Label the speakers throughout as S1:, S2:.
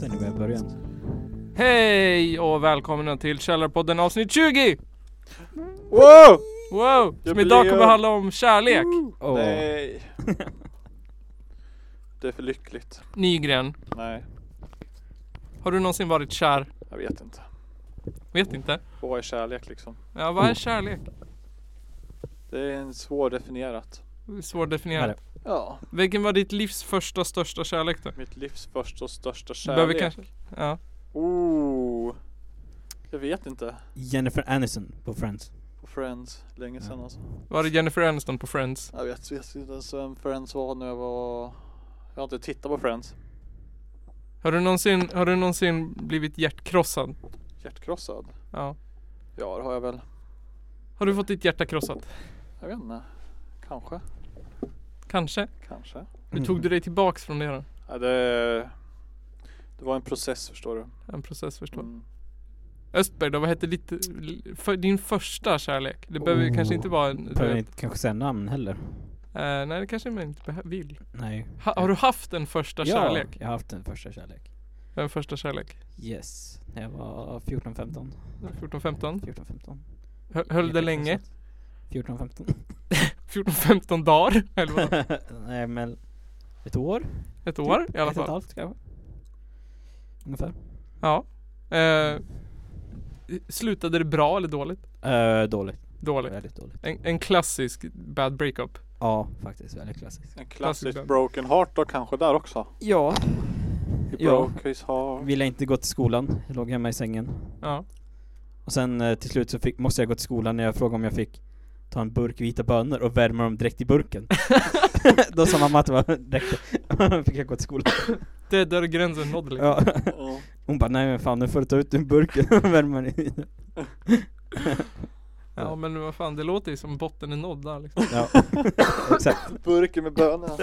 S1: Vänta nu, jag börjat.
S2: Hej och välkomna till Källarpodden avsnitt 20!
S3: Wow!
S2: Wow! Som
S3: Jubileum.
S2: idag kommer handla om kärlek.
S1: Åh,
S3: Nej. Det är för lyckligt.
S2: Nygren,
S3: Nej,
S2: har du någonsin varit kär?
S3: jag vet inte.
S2: Vet inte.
S3: Vad är kärlek liksom?
S2: Ja, vad är kärlek?
S3: Det är en svårdefinierat.
S2: Det är Svårdefinierat.
S3: Ja.
S2: Vilken var ditt livs första största kärlek då?
S3: Mitt livs första och största
S2: Behöver
S3: kärlek.
S2: kanske- Ja.
S3: Oh. Jag vet inte.
S1: Jennifer Aniston på Friends.
S3: På Friends. Länge sedan
S2: Mm.
S1: Ja.
S3: alltså.
S2: Var det Jennifer Aniston på Friends?
S3: Jag vet, vet inte ens vem Friends var när jag var... Jag har inte tittat på Friends.
S2: Har du någonsin, har du någonsin blivit hjärtkrossad?
S3: Hjärtkrossad?
S2: Ja.
S3: Ja, det har jag väl.
S2: Har du fått ditt hjärta krossat?
S3: Jag vet inte. Kanske.
S2: Kanske.
S3: Kanske.
S2: Hur
S1: Mm.
S2: tog du dig tillbaks från det då?
S3: Ja, det... Det var en process förstår du.
S2: En process förstår jag.
S3: Mm.
S2: Östberg då, vad hette ditt, för, din första kärlek? Det behöver ju
S1: Oh.
S2: kanske inte vara en... du
S1: Behöver
S2: vet,
S1: inte kanske säga namn heller.
S2: eh, nej det kanske man inte behö- vill.
S1: Nej.
S2: Ha, har du haft en första kärlek?
S1: Eh. Ja, jag har haft en första kärlek.
S2: En första kärlek?
S1: Yes. När jag var 14-15.
S2: 14-15?
S1: 14-15.
S2: Hö- Höll det länge?
S1: 14-15.
S2: 14-15 dagar? Eller vad?
S1: Nej men, ett år?
S2: Ett år
S1: Typ
S2: i alla
S1: Ett och ett
S2: fall?
S1: halvt kanske? Ungefär.
S2: Ja. Eh, slutade det bra eller dåligt?
S1: Eh, dåligt.
S2: Dåligt.
S1: Väldigt dåligt.
S2: En, en klassisk bad breakup.
S1: Ja, faktiskt. Väldigt klassiskt.
S3: En
S2: Klassisk
S3: klassisk
S2: band.
S3: broken heart då kanske där också.
S1: Ja.
S3: He
S1: Ja.
S3: broke his heart.
S1: Ville inte gå till skolan. Jag låg hemma i sängen.
S2: Ja.
S1: Och sen eh, till slut så fick, måste jag gå till skolan när jag frågade om jag fick ta en burk vita bönor och värma dem direkt i burken. Då sa mamma att det var direkt. fick jag gå till skolan.
S2: Det är där gränsen nådde liksom.
S1: Ja.
S3: Ja.
S1: Hon bara nej men fan nu får du ta ut den burken och värma den i.
S2: Ja men vad fan det låter ju som botten är nådd där liksom.
S1: Ja. Exakt.
S3: Burken med bönorna.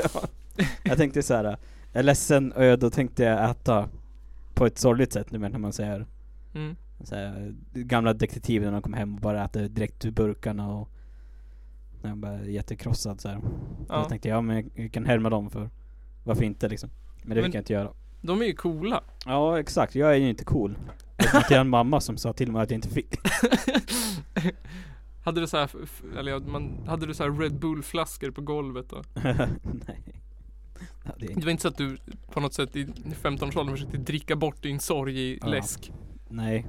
S1: Jag tänkte så här. eh, jag är ledsen och jag- då tänkte jag äta på ett sorgligt sätt nu men när man säger
S2: Mm.
S1: så här, gamla detektiver när de kommer hem och bara äter direkt ur burkarna och när de bara är jättekrossad så här.
S2: Ja.
S1: Då tänkte jag, ja men jag kan härma dem för varför inte liksom. Men det
S2: Men-
S1: fick jag inte göra.
S2: De är ju coola.
S1: Ja exakt, jag är ju inte cool. Jag fick en mamma som sa till mig att jag inte fick.
S2: hade du så här, f- f- eller ja, man, hade du så här Red Bull flaskor på golvet då?
S1: Nej. Ja, det är
S2: Det
S1: inte.
S2: var inte så att du på något sätt i 15-årsåldern försökte dricka bort din sorg i
S1: Ja.
S2: läsk?
S1: Nej.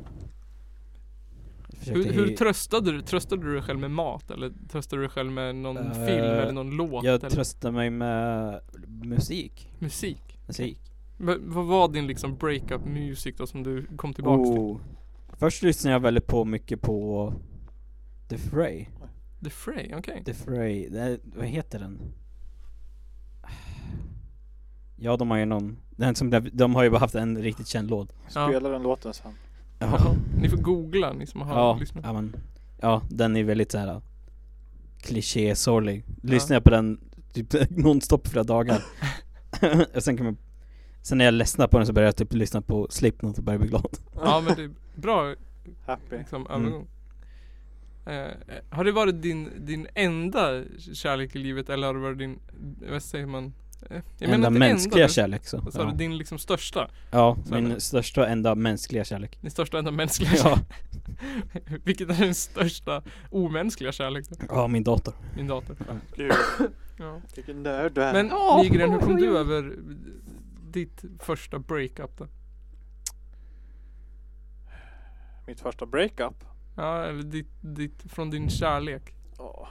S1: Jag försökte
S2: Hur, hur
S1: he-
S2: tröstade du Tröstade du dig själv med mat eller tröstade du dig själv med någon
S1: Eh,
S2: film eller någon låt
S1: jag
S2: eller
S1: tröstar mig med musik.
S2: musik?
S1: Musik.
S2: Men vad var din liksom breakup music då som du kom tillbaks till?
S1: Oh. Först lyssnade jag väldigt på mycket på The Fray.
S2: The Fray, okej.
S1: The Fray, det, vad heter den? Ja de har ju någon, den som, de har ju bara haft en riktigt känd låt
S2: Ja.
S3: Spela den låten sen.
S2: Jaha. Ni får googla ni som har
S1: ja,
S2: lyssnat.
S1: ja, men, ja den är väldigt såhär kliché sorglig Lyssnar jag på den typ nonstop flera dagar Och sen kan man Sen när jag ledsnar på den så börjar jag typ lyssna på Slipknot och börjar bli glad
S2: Ja men det är bra
S3: Happy.
S2: liksom,
S1: Mm.
S2: övergång. Eh, har det varit din, din enda kärlek i livet eller har det varit din, vad säger man? Eh, jag menar
S1: Enda
S2: inte
S1: mänskliga
S2: men-
S1: kärlek så
S2: Så är
S1: Ja,
S2: det din liksom största?
S1: ja
S2: så är
S1: min
S2: det.
S1: största och enda mänskliga kärlek
S2: Din största enda mänskliga
S1: ja.
S2: kärlek? Vilket är den största omänskliga kärlek då?
S1: ja, min dator
S2: Din dator.
S3: Gud,
S2: Ja.
S3: vilken nörd du är.
S2: Men
S1: Ja.
S2: Nygren, hur kom
S1: Oj,
S2: du
S1: oj.
S2: över ditt första breakup då?
S3: Mitt första breakup.
S2: Ja, eller ditt, ditt, från din kärlek.
S3: Ja,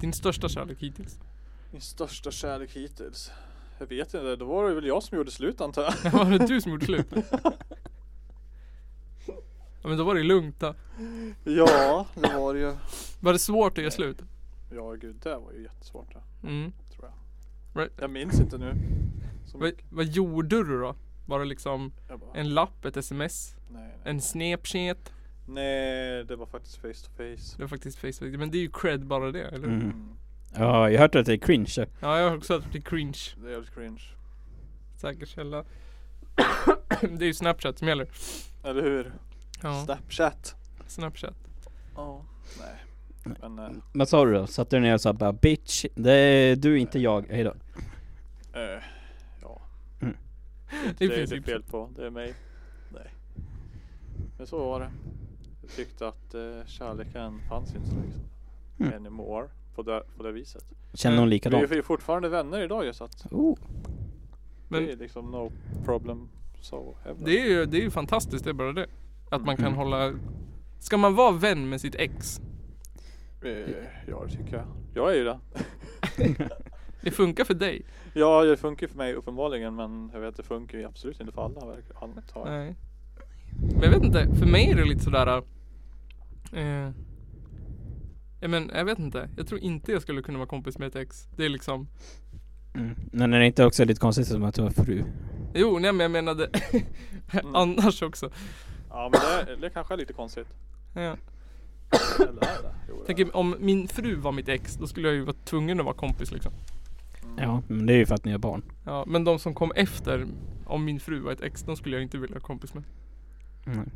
S2: Din största kärlek hittills.
S3: min största kärlek hittills. Jag vet inte, då var det väl jag som gjorde slut antar jag.
S2: Var det du som gjorde slut? Ja men då var det lugnt då.
S3: Ja, det var det ju.
S2: Var det svårt att göra slut?
S3: Ja gud, det var ju jättesvårt det.
S2: Mm.
S3: Tror jag.
S2: Right.
S3: Jag minns inte nu. Så
S2: Vad,
S3: mycket.
S2: vad gjorde du då? Var det liksom
S3: Jag bara,
S2: en lapp, ett sms,
S3: nej, nej.
S2: en snapchat?
S3: nej, det var faktiskt face to face.
S2: Det var faktiskt Facebook. Men det är ju cred bara det, eller hur?
S1: Mm.
S3: Mm.
S1: Ja, jag har hört att det är cringe
S2: Ja jag har också hört att det är cringe.
S3: Det är jävligt cringe.
S2: Säker källa. det är ju snapchat som gäller.
S3: Eller hur?
S2: Ja,
S3: Snapchat.
S2: snapchat.
S3: Ja. Nej. Men eh,
S1: Men sa du då? Satte du ner och sa bara 'Bitch, det är du, inte jag, hejdå'
S3: eh, ja.
S1: Mm.
S2: I
S3: Det är det
S2: princip.
S3: fel på. Det är mig. Nej. Men så var det. Jag tyckte att eh, kärleken fanns inte så liksom.
S1: Mm.
S3: Anymore. På det, på det viset.
S1: Känner hon
S3: Vi Mm, är
S1: likadant?
S3: ju fortfarande vänner idag ju så att
S1: Oh.
S2: Men-
S3: det är liksom no problem so ever.
S2: Det är ju det är ju fantastiskt, det är bara det. Att man kan
S1: Mm.
S2: hålla... Ska man vara vän med sitt ex?
S3: Eh, ja det tycker jag. Jag är ju det.
S2: Det funkar för dig.
S3: Ja det funkar för mig uppenbarligen men jag vet det funkar ju absolut inte för alla verkar antar jag.
S2: Nej. Men jag vet inte, för mig är det lite sådär... Eh, ja, men jag vet inte, jag tror inte jag skulle kunna vara kompis med ett ex. Det är liksom...
S1: Mm. Men är det inte också lite konstigt som att du har fru?
S2: Jo, nej men jag menade
S3: Mm.
S2: annars också.
S3: Ja men det, det kanske är lite konstigt.
S2: Ja.
S3: Eller är det? Jo, det är det.
S2: Tänk om min fru var mitt ex, då skulle jag ju vara tvungen att vara kompis liksom.
S3: Mm.
S1: Ja, men det är ju för att ni har barn
S2: Ja, men de som kom efter, om min fru var ett ex, de skulle jag inte vilja vara kompis med.
S1: mm.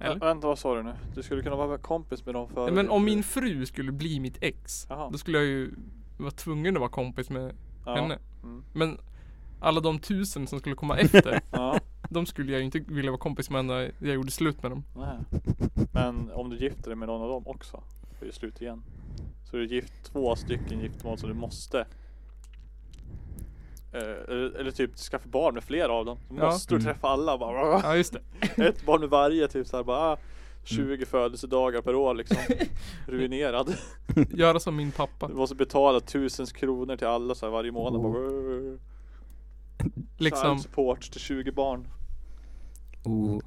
S2: Eller?
S3: Vä- Vänta vad sa du nu? Du skulle kunna vara kompis med dem för...
S2: Nej, men om min fru skulle bli mitt ex,
S3: Jaha.
S2: då skulle jag ju vara tvungen att vara kompis med
S3: ja.
S2: henne.
S3: Mm.
S2: Men alla de tusen som skulle komma efter,
S3: Ja,
S2: de skulle jag ju inte vilja vara kompis med när jag gjorde slut med dem.
S3: nej. Men om du gifter dig med någon av dem också, så är det slut igen. Så du gift två stycken giftermål som du måste. Eh, eller, eller typ skaffa barn med flera av dem. Så
S2: Ja.
S3: måste du
S1: Mm.
S3: träffa alla bara.
S2: Ja just det.
S3: Ett barn med varje typ såhär bara.
S2: Mm.
S3: ah, 20 födelsedagar per år liksom. Ruinerad.
S2: Göra som min pappa.
S3: Du måste betala tusens kronor till alla så här varje månad. Bara,
S2: Oh. Liksom,
S3: Child support till 20 barn.
S1: oh.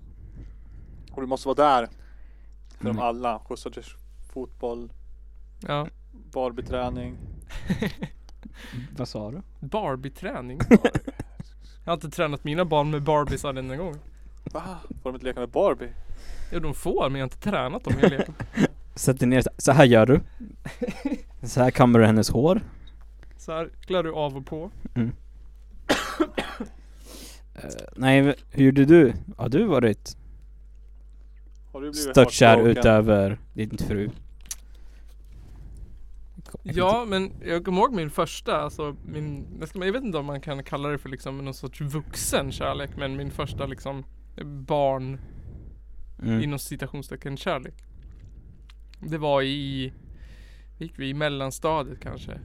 S3: Och du måste vara där. För dem
S1: Mm.
S3: alla. Skjutsar till fotboll,
S2: ja.
S3: barbeträning.
S1: Vad sa du?
S2: Barbie-träning. Jag har inte tränat mina barn med Barbiesar den gång.
S3: Va? Får de inte leka med Barbie?
S2: Jo de får, men jag har inte tränat dem jag leker.
S1: Sätter ner så- så här gör du Så här kammar du hennes hår
S2: Så här klär du av och på.
S1: Eh, Nej, v- hur gjorde du? Har du varit
S3: Har du blivit
S1: störtkär
S3: heartbroken?
S1: utöver din fru?
S2: Ja, men jag kommer ihåg min första, alltså min, jag ska- jag vet inte om man kan kalla det för liksom någon sorts vuxen kärlek, men min första liksom barn
S1: mm.
S2: inom citationstecken kärlek. Det var i, gick vi i mellanstadiet kanske.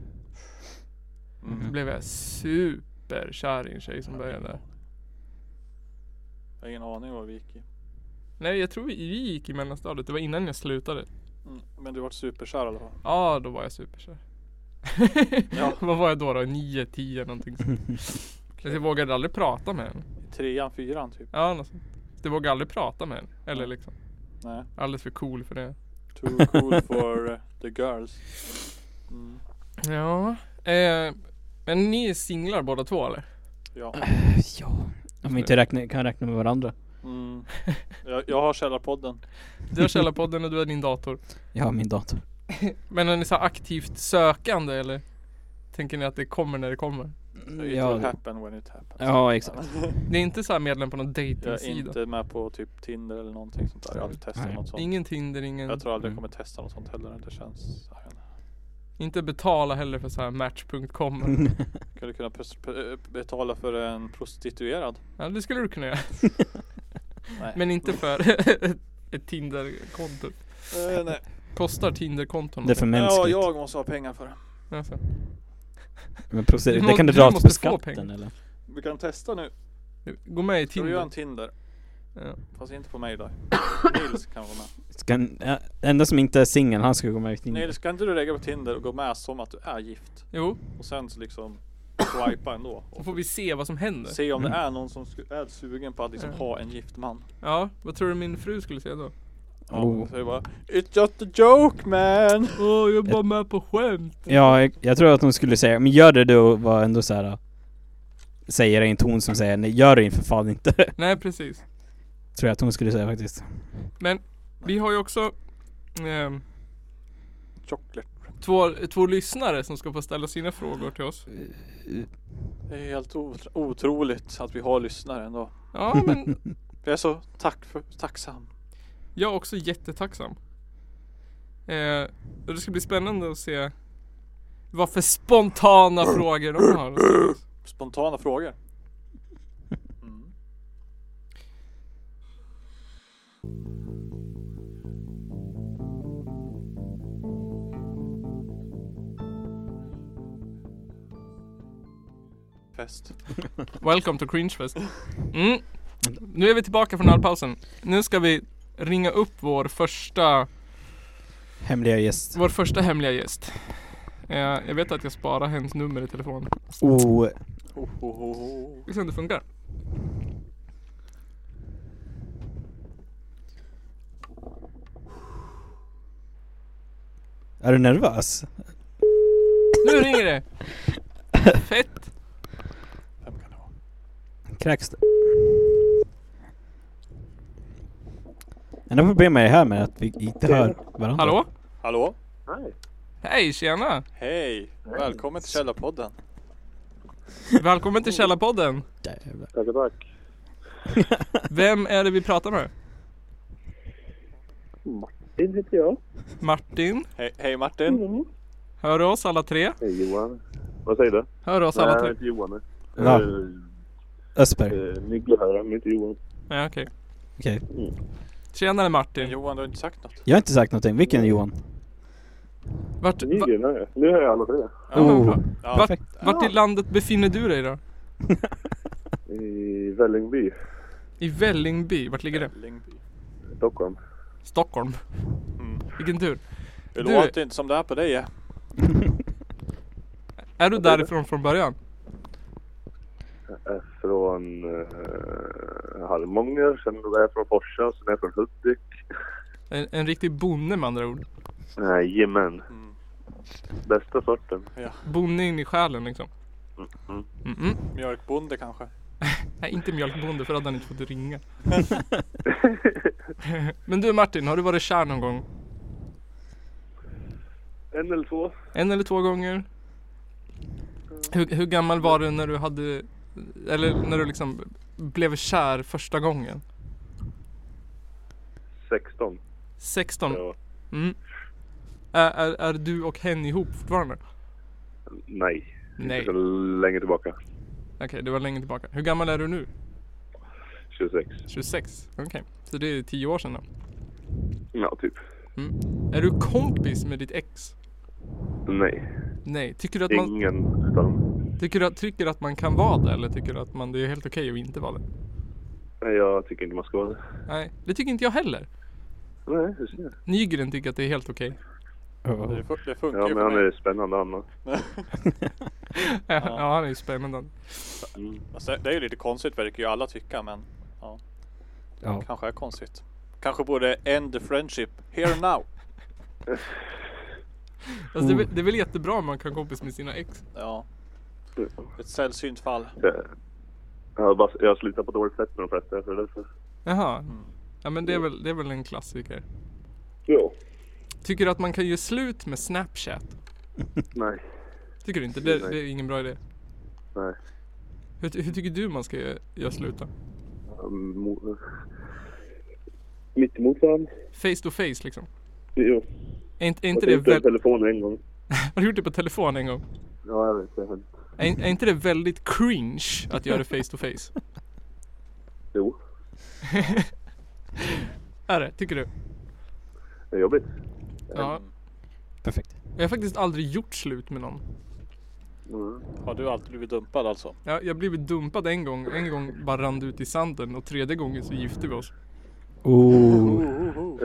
S2: Då
S3: Mm.
S2: blev jag superkär i en tjej som började där.
S3: Jag har ingen aning vad vi gick i.
S2: Nej jag tror vi, vi gick i mellanstadiet, det var innan jag slutade.
S3: Mm. Men du vart superkär i alla fall.
S2: Ja då var jag superkär.
S3: Ja.
S2: Vad var jag då då? 9, 10 någonting sånt. Jag vågade aldrig prata med henne.
S3: I trean, fyran typ.
S2: Ja något sånt. Jag vågade aldrig prata med henne. Eller liksom,
S3: Nej.
S2: alldeles för cool för det.
S3: Too cool for eh, the girls. Mm.
S2: Ja. Eh, men ni är singlar båda två eller?
S3: Ja.
S1: ja, om vi inte räkna, kan räkna med varandra
S3: Mm. Jag, jag har Källarpodden.
S2: Du har Källarpodden och du har din dator.
S1: Jag har min dator
S2: Men är ni så här aktivt sökande eller? Tänker ni att det kommer när det kommer?
S3: It will
S1: Mm, Ja,
S3: happen when it happens.
S1: ja exakt
S2: Ni är inte så här medlem på någon
S3: Jag är
S2: dejtingsida?
S3: inte med på typ Tinder eller någonting sånt där. Jag har aldrig testat
S1: Nej.
S3: något sånt.
S2: Ingen Tinder, ingen...
S3: Jag tror aldrig jag
S1: Mm.
S3: kommer testa något sånt heller. Det känns... Jag vet inte.
S2: Inte betala heller för så här match.com.
S1: Mm.
S3: Skulle kunna pres- pe- eh, betala för en prostituerad.
S2: Ja, det skulle du kunna göra.
S3: Nej.
S2: Men inte för ett Tinder-konto.
S3: Eh, nej.
S2: Kostar Tinder-konton
S1: Det är för
S3: Ja,
S1: mänskligt
S3: jag måste ha pengar för det.
S2: Alltså.
S1: Men procedur,
S2: Du
S1: det kan
S2: må-
S1: du
S2: du
S1: dra
S2: måste
S1: till
S2: få
S1: skatten
S2: pengar.
S1: eller?
S3: Vi kan testa nu.
S2: Gå med i
S3: Ska vi göra en
S2: Tinder.
S3: Tinder?
S2: Ja.
S3: Fast inte på mig då. Nils kan vara med.
S1: Ska, en- ja, enda som inte är singel, han ska gå med i Tinder
S3: Nils, kan inte du lägga på Tinder och gå med som att du är gift?
S2: Jo,
S3: Och sen så liksom swipa ändå.
S2: så
S3: Och
S2: får vi se vad som händer.
S3: se om det
S1: Mm.
S3: är någon som sku- är sugen på att liksom
S2: Ja.
S3: ha en gift man.
S2: Ja, vad tror du min fru skulle säga då?
S3: Ja,
S1: Oh.
S3: Så är det bara It's just a joke man!
S2: Åh, jag är bara med på skämt.
S1: Ja, jag, jag tror att hon skulle säga, men gör det du och var ändå såhär Säger det i en ton som säger nej, gör det för fan inte
S2: Nej, precis.
S1: Tror jag att hon skulle säga faktiskt
S2: Vi har ju också ehm,
S3: Chocolate.
S2: två, två lyssnare som ska få ställa sina frågor till oss.
S3: Det är helt otro- otroligt att vi har lyssnare ändå.
S2: Ja, men
S3: Jag är så tack för, tacksam.
S2: jag är också jättetacksam. Eh, och det ska bli spännande att se vad för spontana frågor de har.
S3: Spontana frågor. Mm. Fest.
S2: Welcome to Cringefest. Mm. Nu är vi tillbaka från ölpausen. Nu ska vi ringa upp vår första,
S1: Hemliga gäst.
S2: vår första hemliga gäst. Eh, jag vet att jag sparar hennes nummer i telefon.
S1: Oh,
S3: Oh, oh, oh, oh.
S2: Vi får se om det funkar.
S1: är du nervös?
S2: Nu ringer det! Fett!
S3: Vem kan det vara?
S1: Kräks det? Enda problemet är här med att vi inte hör varandra.
S2: Hallå?
S3: Hallå?
S4: Hej.
S2: Hej, tjena!
S3: Hej! Välkommen till Källarpodden.
S2: Välkommen till Källarpodden!
S1: Jävlar.
S4: Tackar, tack.
S2: Vem är det vi pratar med?
S4: Martin heter jag.
S2: Martin?
S3: Hej, hej Martin.
S4: Mm.
S2: Hör du oss alla tre?
S4: Hej Johan. Vad säger du?
S2: Hör du oss
S4: Nej,
S2: alla
S4: jag
S2: tre?
S4: heter Johan.
S1: Ja.
S4: Eh,
S1: Östberg.
S4: eh, Nygge här, men inte Johan.
S2: Nej, okej.
S1: Okej.
S2: Tjenare Martin!
S3: Johan, du har inte sagt något.
S1: Jag har inte sagt någonting. Vilken Johan?
S2: Vart, va,
S4: Nygren är Nu hör jag alla tre.
S3: Ja,
S1: Oh.
S3: bra. ja.
S2: vart, vart i landet befinner du dig då?
S4: I Vällingby,
S2: I Vällingby, vart ligger det?
S3: Vällingby.
S4: Stockholm.
S2: Stockholm.
S3: Mm.
S2: Vilken tur.
S3: Det
S2: Du-
S3: låter inte som det är på dig. eh.
S2: Är du därifrån från början?
S4: Jag är från eh, Harmånger, sen är jag från Forsa, sen är jag från Hudik.
S2: En, en riktig bonde med andra ord.
S4: Jajamän.
S3: Mm.
S4: Bästa sorten.
S2: Bonde in i själen liksom.
S4: Mm.
S2: Mm-mm.
S3: Mjölkbonde kanske.
S2: Nej, inte mjölkbonde för då hade han inte fått ringa. Men du Martin, har du varit kär någon gång?
S4: En eller två.
S2: En eller två gånger? Hur, hur gammal var du när du hade, eller när du liksom blev kär första gången?
S4: 16.
S2: 16?
S4: Ja.
S2: Mm. Är, är, är du och hen ihop fortfarande?
S4: Nej.
S2: Nej.
S4: Så länge tillbaka.
S2: Okej, det var länge tillbaka. Hur gammal är du nu?
S4: 26.
S2: 26? Okej, så det är 10 år sedan då.
S4: Ja, typ.
S2: Mm. Är du kompis med ditt ex?
S4: Nej.
S2: Nej. Tycker du att man,
S4: Ingen utav dem.
S2: tycker du, att- tycker du att man kan vara det eller tycker du att man, det är helt okej att inte vara det?
S4: Nej, jag tycker inte man ska vara det.
S2: Nej, det tycker inte jag heller.
S4: Nej, du ser.
S2: Nygren tycker att det är helt okej.
S1: Oh.
S3: Det, fu- det funkar
S4: Ja,
S3: ju
S4: men
S3: för
S4: han
S3: mig.
S4: är spännande han. då.
S3: Alltså,
S2: Ja. han är ju spännande.
S4: Mm.
S3: Alltså, det är ju lite konstigt verkar ju alla tycka men ja,
S1: Ja.
S3: kanske är konstigt. Kanske borde end the friendship here now.
S2: Alltså, det, är, väl- det är väl jättebra om man kan kompis med sina ex?
S3: Ja, ett sällsynt fall.
S4: Så- Jag har, bara, jag har slutat på dåligt sätt med de flesta. Så det är därför.
S2: Jaha. Ja men det är väl, det är väl en klassiker.
S4: Jo.
S2: Tycker du att man kan ge slut med Snapchat?
S4: Nej.
S2: Tycker du inte? Det, det är ingen bra idé.
S4: Nej.
S2: Hur, ty- hur tycker du man ska göra, göra slut då?
S4: Um, mo- Mitt emot varandra.
S2: Face to face liksom?
S4: Jo.
S2: Är inte, är
S4: Jag
S2: inte
S4: har
S2: det
S4: gjort det
S2: väl...
S4: på telefon en gång.
S2: Har du gjort det på telefon en gång?
S4: Ja, jag vet. Jag
S2: Är, är inte det väldigt cringe att göra det face to face?
S4: jo.
S2: Är det? Tycker du?
S4: Det är jobbigt.
S2: Ja.
S1: Perfekt.
S2: Jag har faktiskt aldrig gjort slut med någon.
S4: Mm.
S3: Har du alltid blivit dumpad alltså?
S2: Jag, jag blev dumpad en gång. En gång bara rann det ut i sanden och tredje gången så gifte vi oss.
S1: Oh.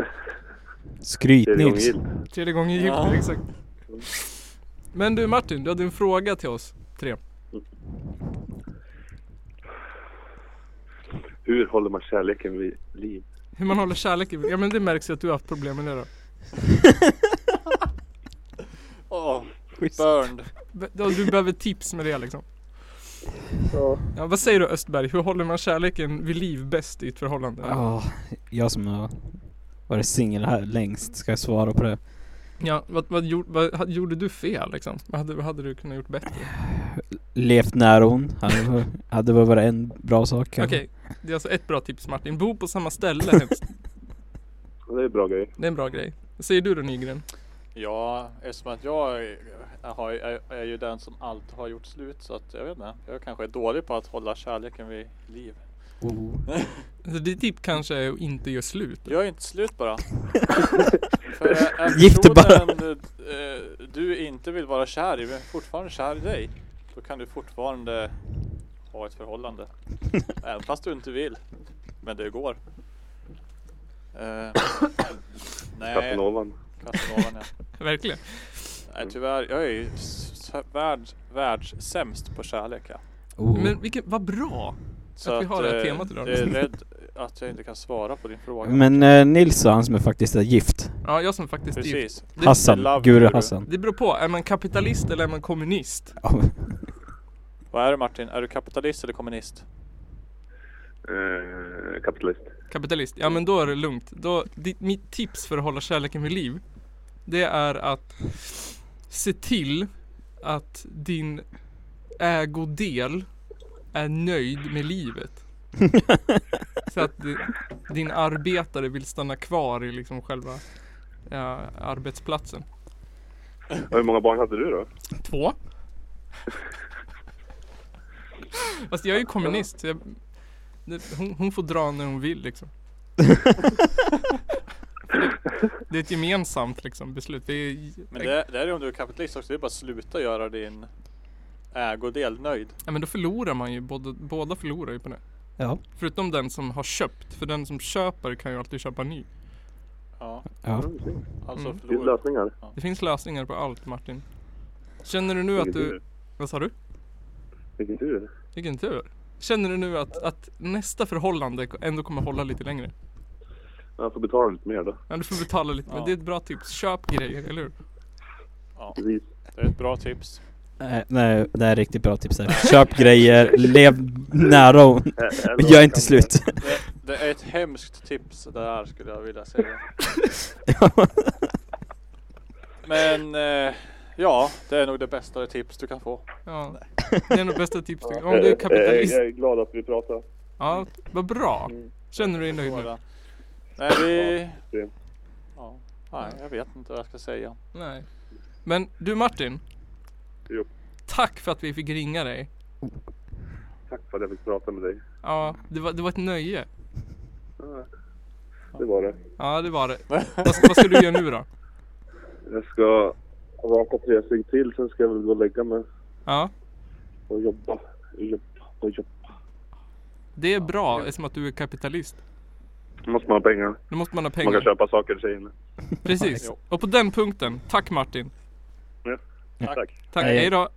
S1: Skryt
S4: Tredje gången
S1: Nils.
S4: gillt.
S2: Tredje gången gift,
S3: Ja.
S2: exakt. Men du Martin, du hade en fråga till oss tre.
S4: Hur håller man kärleken vid liv?
S2: Hur man håller kärlek i... Ja men det märks ju att du har haft problem med det då.
S3: Åh,
S1: Schysst.
S3: burned.
S2: Be- ja, Du behöver tips med det liksom. Ja, vad säger du Östberg? Hur håller man kärleken vid liv bäst i ett förhållande?
S1: Ja, jag som har varit singel här längst ska jag svara på det.
S2: Ja, vad, vad, gjorde, vad hade- gjorde du fel liksom? Vad hade, vad hade du kunnat gjort bättre?
S1: Levt nära hon. Hade väl- Hade väl varit en bra sak.
S2: Okej,
S1: kanske.
S2: det är alltså ett bra tips Martin. Bo på samma ställe helst.
S4: Ja, Det är en bra grej.
S2: Eh. Det är en bra grej. Vad säger du då Nygren?
S3: Ja, eftersom att jag är, jag har, jag är ju den som alltid har gjort slut så att jag vet inte. Jag kanske är dålig på att hålla kärleken vid liv.
S2: Alltså, ditt tips kanske är att inte göra slut.
S3: Gör inte slut bara. För eh, är- är
S1: Gift dig bara.
S3: personen, eh, du inte vill vara kär i, men fortfarande kär i dig. Då kan du fortfarande ha ett förhållande. Även fast du inte vill. Men det går. Eh, nej,
S4: Kattenovan.
S3: Kattenovan ja.
S2: Verkligen.
S3: Nej tyvärr, jag är ju s- s- världs, världssämst på kärlek ja.
S1: Oh.
S2: Men vilken, vad bra!
S3: Så
S2: Att vi har det här
S3: eh,
S2: temat idag.
S3: Jag är rädd att jag inte kan svara på din fråga.
S1: Men eh, Nils då, han som är faktiskt är gift.
S2: Ja, jag som faktiskt är gift.
S3: Precis.
S2: Det-
S1: Hassan,
S3: love
S1: Guru
S3: Guru.
S1: Hassan.
S2: Det beror på, är man kapitalist eller är man kommunist?
S1: Ja,
S3: Vad är du Martin? Är du kapitalist eller kommunist?
S4: Eh, kapitalist.
S2: Kapitalist, ja men då är det lugnt. Då, ditt, mitt tips för att hålla kärleken vid liv, det är att se till att din ägodel är nöjd med livet. Så att di- din arbetare vill stanna kvar i liksom själva ja, arbetsplatsen.
S4: Och hur många barn hade du då?
S2: Två. Fast jag är ju kommunist. Så jag, det, hon, hon får dra när hon vill liksom. det är ett gemensamt liksom, beslut. Det är,
S3: Men det, det är ju om du är kapitalist också, det är bara att sluta göra din ägodel nöjd.
S2: ja, men då förlorar man ju. Båda, båda förlorar ju på det.
S1: ja.
S2: Förutom den som har köpt. För den som köper kan ju alltid köpa ny.
S3: Ja,
S1: ja.
S4: Mm, fint.
S3: alltså
S2: Mm.
S4: Det är
S3: förlora.
S4: lösningar.
S2: Det finns lösningar på allt Martin. Känner du nu att
S4: Vilken
S2: du...
S4: tur.
S2: Vad sa du?
S4: Vilken tur.
S2: Vilken tur. Känner du nu att, att nästa förhållande ändå kommer hålla lite längre?
S4: Jag får betala lite mer då.
S2: Ja, du får betala lite, men
S3: Ja.
S2: det är ett bra tips. Köp grejer, eller hur?
S3: Ja,
S4: Precis.
S3: det är ett bra tips.
S1: Nej, Eh, nej, det här är riktigt bra tips här. Köp grejer, lev nära och och gör inte slut.
S3: Det, det är ett hemskt tips det här skulle jag vilja säga. Men eh, ja, det är nog det bästa tips du kan få.
S2: Ja. Det är nog bästa tips. du- Om du är kapitalist.
S4: Eh, Jag Mm. är glad att vi pratar.
S2: Ja, vad bra. Känner du dig nöjd nu?
S3: Bara- Nej, vi...
S4: Det-
S3: Mm. Ja, nej, jag vet inte vad jag ska säga.
S2: Nej. Men du Martin.
S4: Jo.
S2: Tack för att vi fick ringa dig.
S4: Tack för att jag fick prata med dig.
S2: Ja, det var, det var ett nöje.
S4: Ja, Det var det.
S2: Ja, det var det. Vad, ska- vad ska du göra nu då?
S4: Jag ska raka tre steg till, sen ska jag väl gå och lägga mig
S2: Ja,
S4: och jobba. Jobba och jobba.
S2: det är bra eftersom att du är kapitalist.
S4: Då måste man ha pengar.
S2: Då måste man ha
S4: Man kan
S2: pengar.
S4: köpa saker till tjejerna.
S2: Precis.
S3: Jo.
S2: Och på den punkten. Tack Martin.
S3: Tack.
S4: Tack.
S2: Tack.
S1: Hej.
S2: Hej då.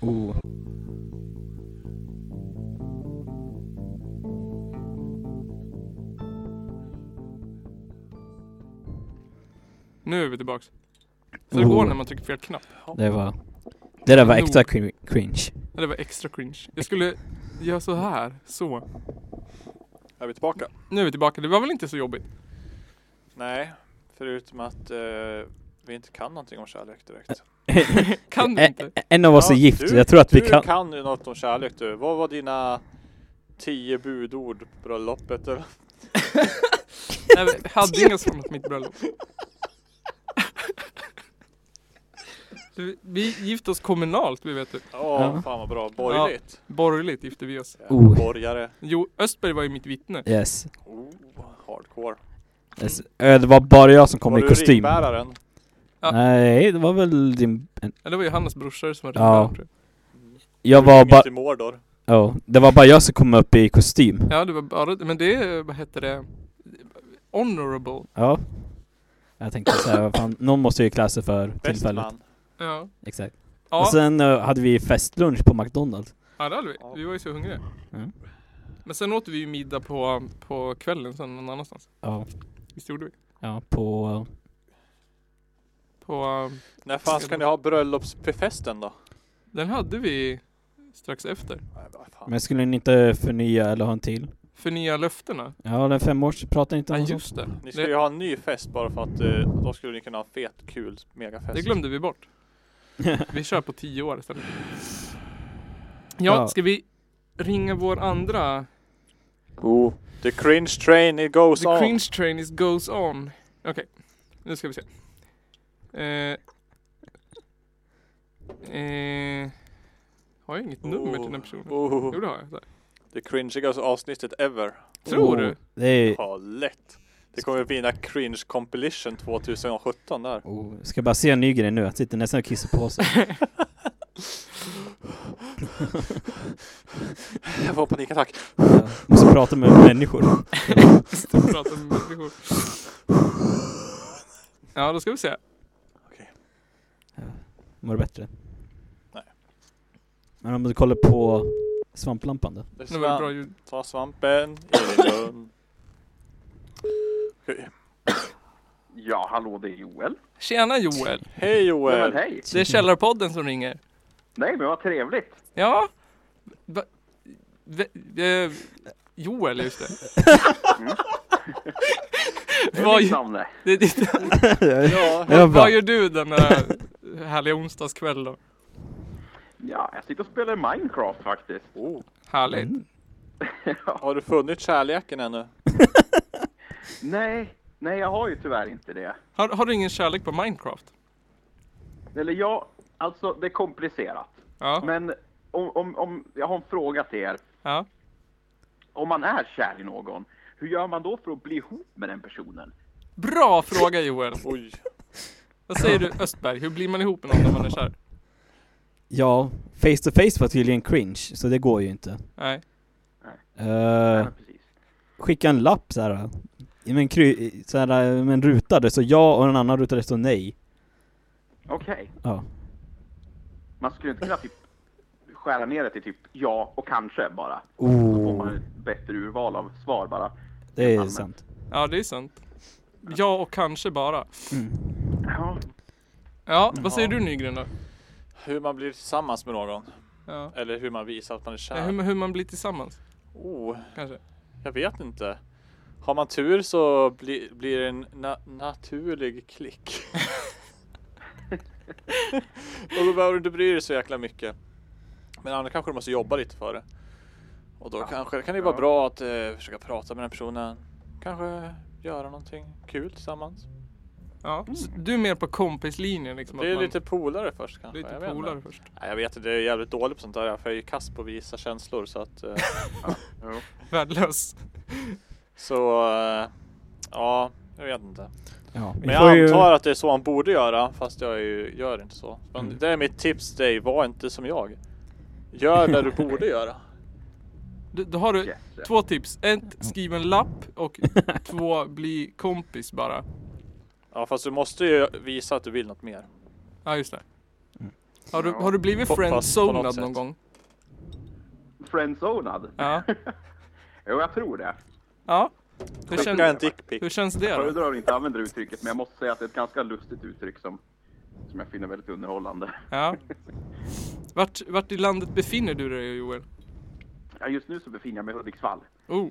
S1: Oh.
S2: Nu är vi tillbaks. Så det går när man trycker fel knapp.
S1: Det var... Det där var
S2: Nog.
S1: extra cri- cringe.
S2: Ja, Det var extra cringe. Jag skulle göra så här. Så.
S3: Är vi tillbaka?
S2: Nu är vi tillbaka. Det var väl inte så jobbigt?
S3: Nej, förutom att eh, vi inte kan någonting om kärlek direkt.
S2: Kan
S1: Eh,
S2: du inte?
S1: Ä- En av oss är
S3: Ja,
S1: gift,
S3: du-
S1: jag tror att vi
S3: Du
S1: kan...
S3: kan. ju något om kärlek du. Vad var dina tio budord på bröllopet? eller?
S2: Nej, men Jag hade inga sådana på mitt bröllop. Du, Vi gifte oss kommunalt, vi vet du.
S3: Åh,
S1: Ja.
S3: fan vad bra. Borgerligt.
S2: Borgerligt gifte vi oss.
S1: Oh.
S3: Borgare.
S2: Jo, Östberg var ju mitt vittne.
S1: Yes.
S3: Oh, hardcore.
S1: yes. Ö, Det var bara jag som kom
S3: var
S1: i
S3: du
S1: kostym.
S3: ringbäraren?
S2: Ja.
S1: Nej, det var väl din... en-
S2: Ja, det var ju Hannas brorsor som var
S1: Ja.
S2: ringaren, tror
S1: Jag var bara...
S3: Inget i Mordor.
S1: Ja, det var bara jag som kom upp i kostym.
S2: jag. Ja, det var bara, men det, är, vad hette det? Honorable.
S1: Ja. Jag tänkte såhär, vad fan, någon måste ju klä sig för
S3: Bäst
S1: tillfället.
S3: man.
S2: Ja.
S1: Exakt.
S2: Ja,
S1: Och sen ö, hade vi festlunch på McDonalds.
S2: ja det hade vi. Vi var ju så hungriga.
S1: Mm.
S2: Men sen åt vi ju middag på, på kvällen sen någon annanstans.
S1: Ja.
S2: Visst gjorde vi?
S1: Ja, på...
S2: På, um,
S3: När fan ska ni ha bröllopsfesten då?
S2: den hade vi strax efter.
S3: Nej, vad fan.
S1: Men skulle ni inte förnya eller ha en till?
S2: Förnya löftena.
S1: Ja, den femårs pratar inte
S2: Ja,
S1: om
S2: just det.
S3: Ni skulle
S2: det.
S3: ju ha en ny fest bara för att eh, då skulle ni kunna ha en fet, kul megafest.
S2: Det glömde vi bort. Vi kör på tio år istället. Ja,
S1: Ja.
S2: ska vi ringa vår andra
S3: Oh. The cringe train it goes
S2: The
S3: on.
S2: cringe train is goes on. Okej, nu ska vi se. Eh, eh, har jag inget nummer till den personen?
S3: Oh.
S2: Jo det har jag. Där.
S3: Det cringigaste avsnittet ever.
S2: Tror du?
S1: Det är,
S3: Ja, lätt. Det kommer bli en cringe compilation 2017 där.
S1: oh, ska bara se en ny grej nu, han sitter nästan och kissar på sig.
S3: Jag får en panikattack.
S1: Ja, måste prata med människor.
S2: Sitter och pratar med människor. Ja, då ska vi se.
S1: Mår du bättre?
S3: Nej.
S1: Men om du kollar på svamplampan då?
S3: Det är
S2: Nu var det bra
S3: svamp.
S2: ljud.
S3: Ta svampen i din mun. Okej.
S5: Ja, hallå, det är Joel.
S2: Tjena Joel!
S3: Hej
S5: Nej, men
S3: Joel!
S5: hej.
S2: Det är Källarpodden som ringer.
S5: Nej, men vad trevligt.
S2: Ja. Va, va, eh, Joel, just det.
S5: Det är
S2: Vad-
S5: mitt namn det.
S2: det, det,
S3: Ja,
S1: Det var bra.
S2: Vad gör du den här härliga onsdagskväll då?
S5: Ja, jag sitter och spelar Minecraft faktiskt.
S3: oh.
S2: Härligt.
S1: Mm.
S5: Ja.
S3: Har du funnit kärleken ännu?
S5: Nej, nej, jag har ju tyvärr inte det.
S2: Har, har du ingen kärlek på Minecraft?
S5: Eller jag, alltså det är komplicerat.
S2: Ja.
S5: Men om, om, om, jag har en fråga till er.
S2: ja.
S5: Om man är kär i någon, hur gör man då för att bli ihop med den personen?
S2: Bra fråga Joel.
S3: Oj.
S2: Vad säger du Östberg? Hur blir man ihop med någon när man är kär?
S1: Ja, face to face var tydligen cringe, så det går ju inte.
S2: Nej.
S1: Eh,
S5: Ja, precis.
S1: skicka en lapp så här. eh, Med en, kry- så här, eh, med en ruta där det står ja och en annan ruta där det står nej.
S5: Okej,
S1: Ja.
S5: man skulle inte kunna typ skära ner det till typ ja och kanske bara. Så får man
S1: Oh,
S5: ett bättre urval av svar bara.
S1: det är
S5: allmänt.
S1: sant.
S2: Ja, det är sant. Ja och kanske bara.
S5: Ja,
S2: Ja, vad säger du Nygren då?
S3: Hur man blir tillsammans med någon.
S2: Ja.
S3: Eller hur man visar att man är
S2: Ja,
S3: kär.
S2: Hur, hur man blir tillsammans
S3: Oh,
S2: kanske?
S3: jag vet inte. Har man tur så bli, blir det en na- naturlig klick. och då behöver du inte bry dig så jäkla mycket. Men annars kanske du måste jobba lite för det. Och då kanske kan det vara
S5: Ja.
S3: bra att eh, försöka prata med den personen. Kanske göra någonting kul tillsammans.
S2: Ja. Så du är mer på kompislinjen liksom?
S3: Det
S2: att
S3: är
S2: man,
S3: lite polare först kanske. jag
S2: lite
S3: vet inte.
S2: polare först.
S3: Nej, jag vet inte, jag är jävligt dålig på sånt där. För jag är ju kass på att visa känslor så att... Eh,
S5: jo.
S2: Värdelös.
S3: Så eh, ja, jag vet inte.
S1: Ja, vi
S3: Men
S1: får
S3: jag
S1: ju-
S3: antar att det är så man borde göra fast jag är ju, gör inte så. Men
S5: Mm.
S3: det är mitt tips till dig, var inte som jag. Gör det du borde göra.
S2: Du, då har du
S5: Yes.
S2: två tips. Ett, skriv en lapp och två, bli kompis bara.
S3: Ja fast du måste ju visa att du vill något mer.
S2: Ja, just det. Har du, har du blivit
S3: På- fast på något
S2: friendzonad
S3: sätt.
S2: någon gång?
S5: Friendzonad?
S2: Ja.
S5: Jo, jag tror det.
S2: Ja. Hur,
S3: Skicka
S2: känns-
S3: en dickpic.
S2: hur känns det då?
S5: Föredrar att inte använda det uttrycket, men jag måste säga att det är ett ganska lustigt uttryck som, som jag finner väldigt underhållande.
S2: Ja. Vart, vart i landet befinner du dig Joel?
S5: Ja, just nu så befinner jag mig i Hudiksvall.
S2: Oh.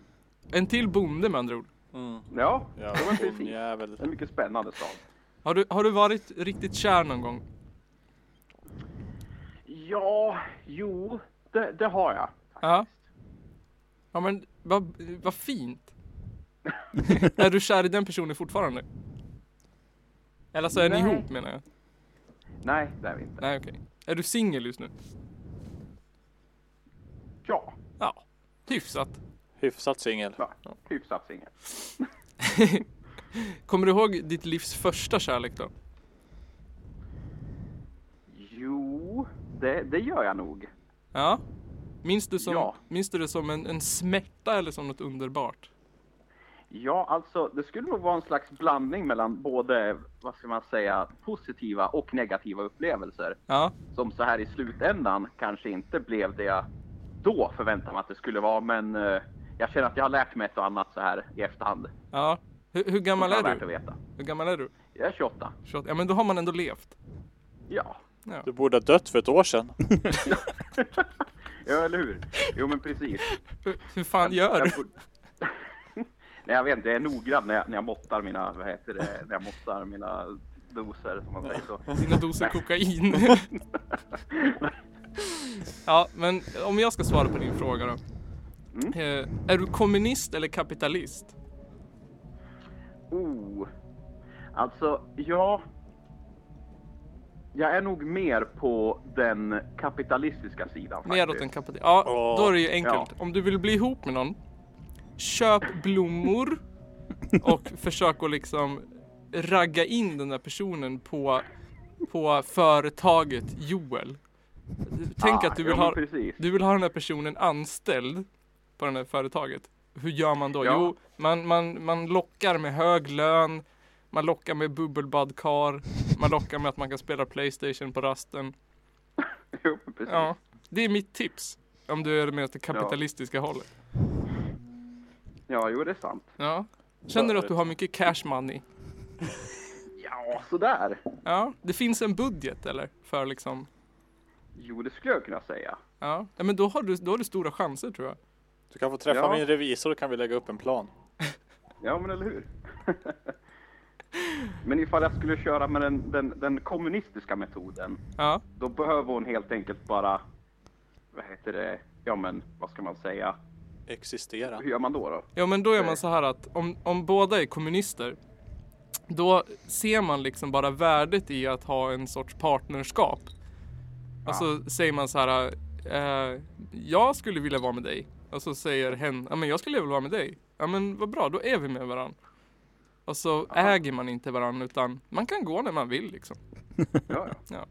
S2: En till bonde med andra ord.
S3: Mm.
S5: Ja,
S3: Ja,
S5: det var precis.
S3: bondjävel.
S5: En mycket spännande stad.
S2: Har du, har du varit riktigt kär någon gång?
S5: Ja, jo, det, det har jag.
S2: Ja. Ja men vad vad fint. är du kär i den personen fortfarande? Eller så är ni
S5: Nej.
S2: ihop menar jag.
S5: Nej, det är vi inte.
S2: Nej okej. Är du singel just nu?
S5: Ja,
S2: Ja. Hyfsat.
S3: Hyfsat singel.
S5: ja hyfsat singel.
S2: Kommer du ihåg ditt livs första kärlek då?
S5: Jo, det, det gör jag nog.
S2: Ja. Minns du, som,
S5: Ja.
S2: minns du det som en, en smärta eller som något underbart?
S5: Ja, alltså det skulle nog vara en slags blandning mellan både, vad ska man säga, positiva och negativa upplevelser.
S2: Ja.
S5: som så här i slutändan kanske inte blev det jag då förväntade mig att det skulle vara. Men eh, jag känner att jag har lärt mig ett och annat så här i efterhand. Som
S2: Ja. Hur, hur gammal
S5: kan vara
S2: är
S5: värt
S2: du?
S5: att veta.
S2: Hur gammal är du?
S5: Jag är 28.
S2: 28. Ja men då har man ändå levt.
S5: Ja.
S3: Du borde ha dött för ett år sedan.
S5: ja, eller hur? Jo, men precis.
S2: Hur, hur fan gör
S5: Jag
S2: du?
S5: får... Nej, jag vet inte. Jag är noggrann när jag, när jag måttar mina, vad heter det, när jag måttar mina doser som man säger så.
S2: Dina doser kokain. ja men om jag ska svara på din fråga då.
S5: Mm.
S2: Eh, är du kommunist eller kapitalist?
S5: Oh. Alltså, ja. Jag är nog mer på den kapitalistiska sidan faktiskt.
S2: Neråt en kapital. Ja,
S3: Åh,
S2: då är det ju enkelt. Om du vill bli ihop med någon, köp blommor och försök att liksom ragga in den där personen på, på företaget Joel. Tänk
S5: Ah,
S2: att du vill,
S5: ja, men
S2: ha,
S5: precis.
S2: du vill ha den här personen anställd på det här företaget. Hur gör man då?
S5: Ja.
S2: Jo, man, man, man lockar med hög lön, man lockar med bubbelbadkar, man lockar med att man kan spela Playstation på rasten.
S5: Jo, precis.
S2: Ja, det är mitt tips. Om du är mer åt det kapitalistiska hållet.
S5: ja, jo det är sant.
S2: Ja. Känner du att du har mycket cash money?
S5: Ja, sådär.
S2: Ja, det finns en budget eller? För liksom,
S5: Jo, det skulle jag kunna säga.
S2: ja. ja men då har, du, då har du stora chanser tror jag.
S3: Du kan få träffa
S5: Ja.
S3: min revisor och kan vi lägga upp en plan.
S5: Ja, men eller hur? men ifall jag skulle köra med den, den, den kommunistiska metoden,
S2: Ja,
S5: då behöver hon helt enkelt bara, vad heter det, ja men vad ska man säga,
S3: Existera.
S5: hur gör man då? då?
S2: ja men då gör man så här att om, om båda är kommunister, då ser man liksom bara värdet i att ha en sorts partnerskap. Och så säger man så här, eh, jag skulle vilja vara med dig. Och så säger hen, ja men jag skulle vilja vara med dig. Ja men vad bra, då är vi med varandra. Och så äger man inte varandra utan man kan gå när man vill liksom.
S5: Ja, ja.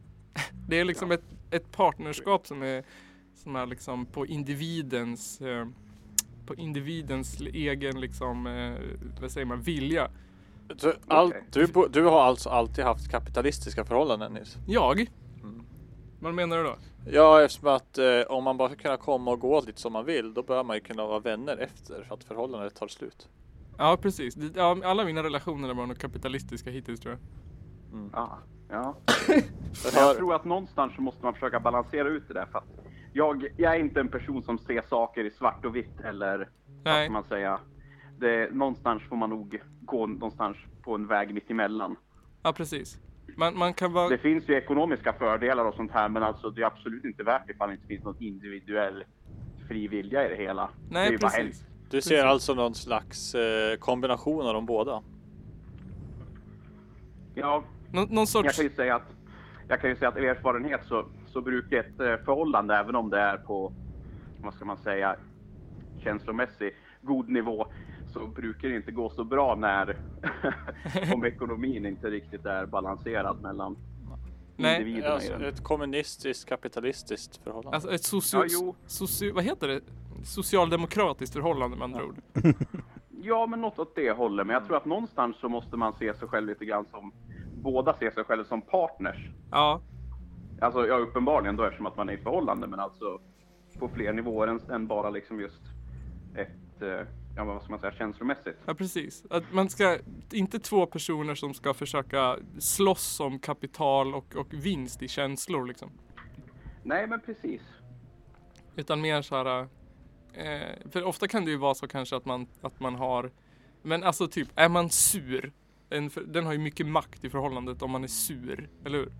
S2: Det är liksom ett, ett partnerskap som är, som är liksom på individens, eh, på individens egen liksom, eh, vad säger man, vilja.
S3: Du, all,
S5: Okej.
S3: du, bo- du har alltså alltid haft kapitalistiska förhållanden Nils?
S2: Jag?
S5: Mm.
S2: Vad menar du då?
S3: Ja, eftersom att eh, om man bara ska kunna komma och gå lite som man vill, då bör man ju kunna vara vänner efter för att förhållandet tar slut.
S2: Ja precis, Det- ja, alla mina relationer var nog kapitalistiska hittills tror jag.
S5: Ah, ja.
S3: Jag
S5: Men jag
S3: hör,
S5: tror att någonstans så måste man försöka balansera ut det där. För att jag, jag är inte en person som ser saker i svart och vitt eller vad
S2: Nej,
S5: ska man säga. Det, någonstans får man nog gå någonstans på en väg mitt emellan.
S2: ja precis. Man, man kan vara,
S5: Det finns ju ekonomiska fördelar och sånt här men alltså det är absolut inte värt det ifall det inte finns någon individuell fri vilja i det hela. det är
S2: nej
S5: ju bara
S2: precis.
S5: hemskt.
S3: du ser alltså någon slags eh, kombination av de båda?
S5: Ja,
S2: Nå, någon
S5: jag
S2: sorts,
S5: kan ju säga att, jag kan ju säga att av erfarenhet så, så brukar ett eh, förhållande, även om det är på, vad ska man säga, känslomässig god nivå, så brukar det inte gå så bra när, om ekonomin inte riktigt är balanserad mellan
S2: Nej,
S5: individerna i
S3: Alltså,
S5: den.
S3: ett kommunistiskt kapitalistiskt förhållande?
S2: alltså ett socio,
S5: Ja, jo.
S2: socio, vad heter det? Socialdemokratiskt förhållande med andra ord.
S5: Ja, men något åt det hållet. Men jag tror att någonstans så måste man se sig själv lite grann som, båda ser sig själv som partners.
S2: Ja,
S5: Alltså, ja, uppenbarligen då eftersom att man är i förhållande, men alltså på fler nivåer än, än bara liksom just ett, eh, ja men vad ska man säga, känslomässigt.
S2: Ja precis. Att man ska, inte två personer som ska försöka slåss om kapital och, och vinst i känslor liksom.
S5: Nej, men precis.
S2: Utan mer så här, eh, för ofta kan det ju vara så kanske att man, att man har, men alltså typ, är man sur? En, för- den har ju mycket makt i förhållandet om man är sur, eller hur?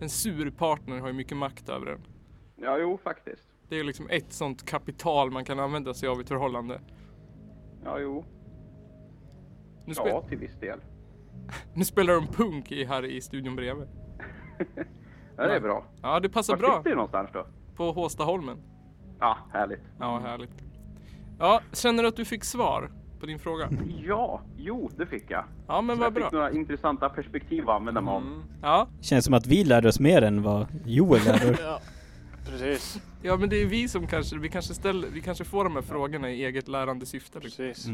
S2: En sur partner har ju mycket makt över en.
S5: Ja, jo faktiskt.
S2: Det är ju liksom ett sånt kapital man kan använda sig av i ett förhållande.
S5: Ja, jo.
S2: Nu, spe,
S5: Ja, till viss del.
S2: nu spelar de punk i, här i studion bredvid.
S5: Ja, det är bra.
S2: Ja, det passar
S5: Var
S2: bra
S5: sitter det någonstans då?
S2: på Håstaholmen.
S5: Ja, härligt.
S2: Ja, härligt. Ja, känner du att du fick svar på din fråga?
S5: Ja, jo, det fick jag.
S2: Ja, men
S5: Mm. jag
S2: vad
S5: fick
S2: bra. Mm.
S5: några intressanta perspektiv att använda mig av.
S2: Ja,
S1: Känns som att vi lärde oss mer än vad Joel lärde oss.
S3: Ja, precis.
S2: ja, men det är vi som kanske, vi kanske ställer, vi kanske får de här frågorna i eget lärande syfte. liksom.
S3: precis.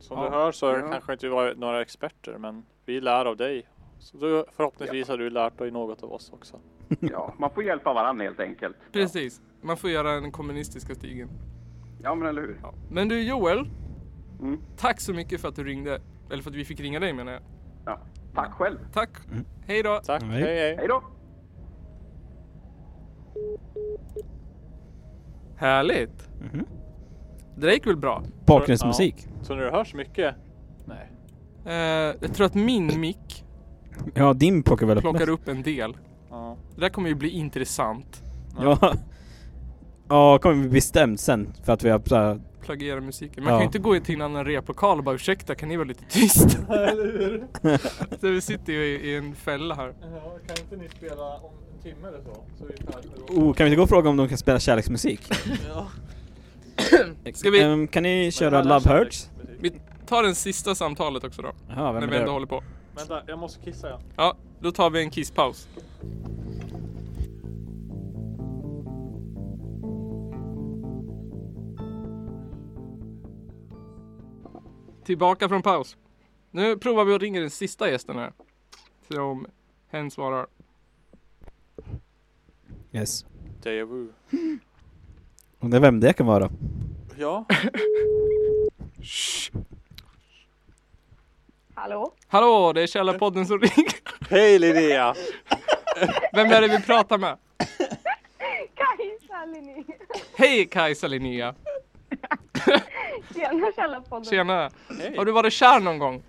S3: Som
S2: Ja.
S3: du hör så
S5: Ja.
S3: kanske inte vi var några experter, men vi lär av dig. Så du, förhoppningsvis har du lärt dig något av oss också.
S5: Ja, man får hjälpa varandra helt enkelt.
S2: Precis, man får göra den kommunistiska stigen.
S5: Ja, men eller hur?
S2: Ja. Men du Joel,
S5: Mm.
S2: tack så mycket för att du ringde. Eller för att vi fick ringa dig menar jag.
S5: Ja. Tack själv.
S2: Tack,
S5: Mm.
S2: hej då.
S3: Tack,
S1: Nej.
S3: hej hej!
S5: Hej då!
S2: Härligt.
S5: Mm-hmm.
S2: Det där gick väl bra?
S1: Bakgrundsmusik.
S3: Så när du hörs mycket? Nej.
S2: Eh, jag tror att min mick
S1: Ja, din plockar väl upp
S2: plockar
S1: mest.
S2: upp en del.
S3: Ja.
S2: Det där kommer ju bli intressant.
S1: Ja. Ja, kommer vi bestämt sen för att vi har så här
S2: plagiera musiken. Man
S1: Ja.
S2: kan ju inte gå in till en annan replokal och bara ursäkta kan ni vara lite tysta?
S3: Eller hur?
S2: Så vi sitter ju i, i en fälla här.
S3: Ja, kan inte ni spela om en timme eller så? Så vi är färdiga med
S1: Oh, kan vi inte gå och fråga om de kan spela kärleksmusik?
S3: Ja.
S2: Ska vi-
S1: Ehm, kan ni köra Love Hurts?
S2: Vi tar den sista samtalet också då.
S1: Jaha,
S2: När
S1: vem
S2: vi
S1: är
S2: ändå
S1: det?
S2: håller på.
S3: Vänta, jag måste kissa ja.
S2: Ja, då tar vi en kisspaus. Tillbaka från paus. Nu provar vi att ringa den sista gästen här. Se om hen svarar.
S1: Yes.
S3: Deja vu.
S1: Undrar vem det kan vara?
S3: Ja,
S6: Hallå?
S2: Hallå, det är Källarpodden som ringer.
S3: hej Linnea!
S2: Vem är det vi pratar med?
S6: Kajsa Linné!
S2: Hej Kajsa Linnea.
S6: Tjena Källarpodden!
S2: Tjena.
S3: Hej.
S2: Har du varit kär någon gång?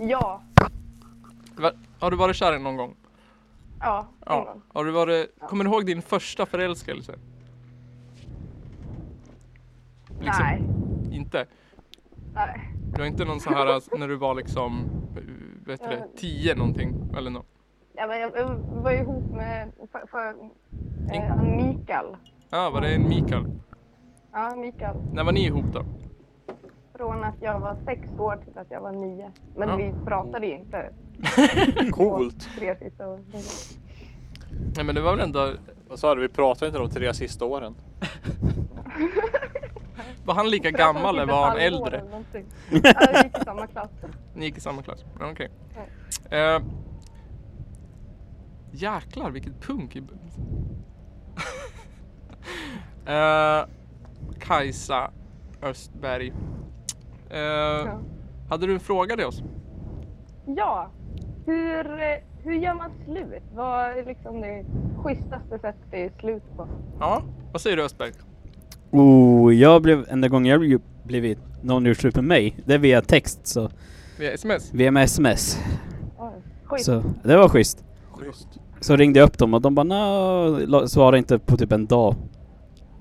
S6: Ja,
S2: Va- Har du varit kär någon gång?
S6: ja,
S2: Ja.
S6: ja.
S2: Har du varit, kommer du ihåg din första förälskelse? Liksom,
S6: Nej,
S2: Inte?
S6: nej.
S2: Du har inte någon sån här alltså, när du var liksom, eh, vet du det, tio någonting eller något?
S6: Ja, men jag, jag var ihop med för, för, eh, Mikael.
S2: Ja, ah, var det en Mikael?
S6: Ja, Mikael.
S2: När var ni ihop då?
S6: Från att jag var sex år till att jag var nio. Men
S2: Ja.
S6: vi pratade ju inte.
S3: Coolt!
S6: Tre sista år.
S2: Nej men det var väl ändå,
S3: Vad sa du? Vi pratade inte de tre sista åren.
S2: var han lika gammal eller var han
S6: Pratade inte typ
S2: äldre?
S6: ett halvår eller någonting. Ja, vi gick i samma klass.
S2: Ni gick i samma klass? Ja, Okej. Eh, jäklar vilket punk i Eh, Kajsa Östberg. Eh,
S6: Ja.
S2: Hade du en fråga till oss?
S6: ja. Hur, eh, hur gör man slut? Vad är liksom det schysstaste sättet det är slut på?
S2: Ja. Vad säger du Östberg?
S1: Oh, jag blev, enda gången jag blev- blivit någon gjort slut med mig, det är via text så,
S2: Via sms?
S1: via med sms.
S6: Oj, Schysst.
S1: Så det var schysst.
S3: Schysst.
S1: Så ringde jag upp dem och de bara "Nå, svarade inte på typ en dag.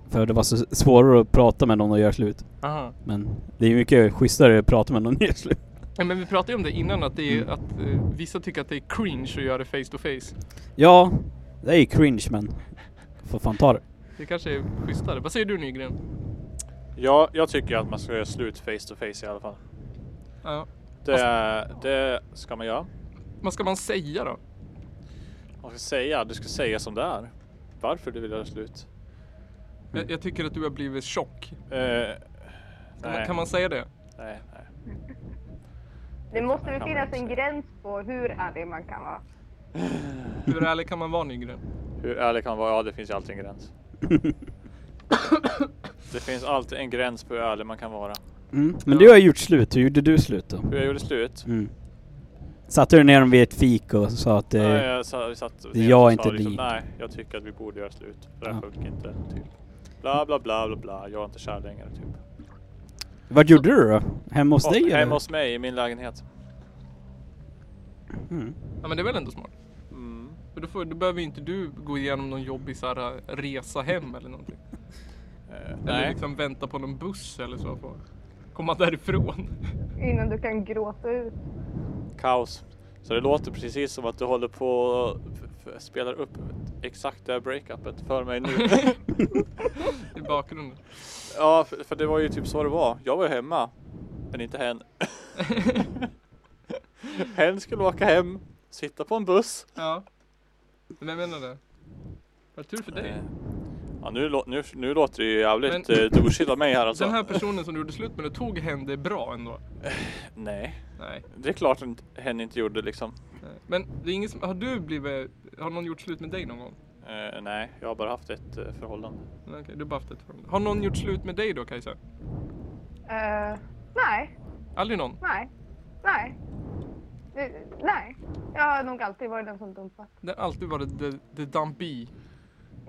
S1: För det var så svårare att prata med någon och göra slut.
S2: Aha.
S1: Men det är ju mycket schysstare att prata med någon och göra slut.
S2: Ja, men vi pratade ju om det innan att, det är, att eh, vissa tycker att det är cringe att göra det face to face.
S1: Ja, det är ju cringe men får fan ta det.
S2: Det kanske är schysstare. Vad säger du Nygren?
S3: Ja, jag tycker att man ska göra slut face to face i alla fall.
S2: Ja.
S3: Det,
S1: Alltså-
S3: det ska man göra.
S2: Vad ska man säga då?
S3: Man ska säga, du ska säga som det är. Varför du vill göra slut.
S2: Jag, jag tycker att du har blivit tjock.
S3: Eh,
S2: Kan man-
S3: nej,
S2: Kan man säga det?
S3: nej, nej.
S6: Det måste
S3: kan
S6: väl
S3: man
S6: finnas
S3: inte
S6: en
S3: säga.
S6: gräns på hur ärlig man kan vara.
S2: Hur ärlig kan man vara Nygren?
S3: Hur ärlig kan man vara? Ja, det finns ju alltid en gräns. det finns alltid en gräns på hur ärlig man kan vara.
S1: Mm. Men du har gjort slut, hur gjorde du slut då?
S3: Hur jag gjorde slut?
S1: Mm. Satte du ner dem vid ett fik och sa att
S3: Nej,
S1: eh,
S3: jag sa, vi satt
S1: det är jag
S3: och
S1: inte
S3: liksom,
S1: lik.
S3: Nej, jag tycker att vi borde göra slut. För det här
S1: Ja.
S3: funkar inte. Typ. Bla, bla, bla, bla, bla. Jag är inte kär längre. Typ.
S1: Vad gjorde du då? Hemma hos
S3: Och
S1: dig eller?
S3: Hemma hos mig i min lägenhet.
S1: Mm.
S2: Ja men det är väl ändå smart?
S3: Mm.
S2: För då, får, då behöver ju inte du gå igenom någon jobbig så här, eh, resa hem eller någonting.
S3: Eh,
S2: Eller
S3: nej.
S2: liksom vänta på någon buss eller så. För att komma därifrån.
S6: Innan du kan gråta ut.
S3: kaos. Så det låter precis som att du håller på och f- f- spelar upp exakt det här breakupet för mig nu.
S2: I bakgrunden.
S3: ja, för, för det var ju typ så det var. Jag var hemma, men inte hen. hen skulle åka hem, sitta på en buss.
S2: Ja. Men jag menar det. Vad tur för dig.
S3: Eh, Ja, nu, lå- nu, nu låter det ju jävligt
S2: Men-
S3: men... douchigt av mig här alltså.
S2: Den här personen som du gjorde slut med, det tog henne det bra ändå?
S3: Nej,
S2: Nej.
S3: det är klart att inte- hen inte gjorde liksom.
S2: nej. Men det är ingen som, har du blivit, har någon gjort slut med dig någon gång?
S3: Eh, nej, jag har bara haft ett eh, förhållande.
S2: Nej, Okej, du har bara haft ett förhållande. Har någon gjort slut med dig då Kajsa?
S6: Eh, nej,
S2: Aldrig någon?
S6: nej, nej. Det- nej, jag har nog alltid varit den som dumpat.
S2: Det har alltid varit the, the dumpy.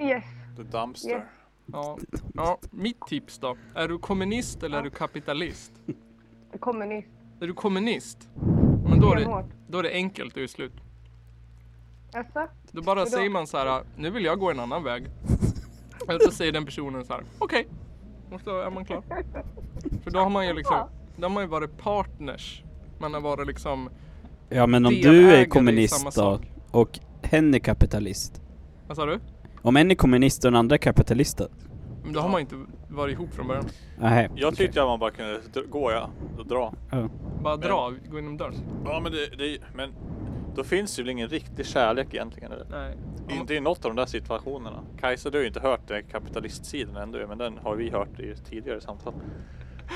S6: Yes.
S3: The dumpster.
S6: Yeah.
S2: Ja. ja, mitt tips då. Är du kommunist eller är du kapitalist?
S6: Kommunist.
S2: Är du kommunist? Men då är det,
S6: Benhårt.
S2: då är det enkelt att göra slut.
S6: Jaså?
S2: Då bara
S6: Vadå?
S2: säger man så här, nu vill jag gå en annan väg. Och då säger den personen så här, okej. Och så är man klar. För då har man ju liksom,
S6: Ja.
S2: då har man ju varit partners. Man har varit liksom
S1: Ja men om du
S2: delägare i
S1: är
S2: samma
S1: kommunist då,
S2: sak.
S1: och hen är kapitalist.
S2: Vad sa du?
S1: Om en är kommunist och den andra är kapitalist då?
S2: Men då har man inte varit ihop från början.
S1: Nej.
S3: Jag tyckte att man bara kunde dr- gå ja, och dra.
S2: Bara dra, gå inom dörren.
S3: Ja men det, det, men då finns det väl ingen riktig kärlek egentligen eller?
S2: Nej.
S3: Inte i något av de där situationerna. Kajsa du har ju inte hört den kapitalistsidan ändå men den har vi hört i tidigare samtal.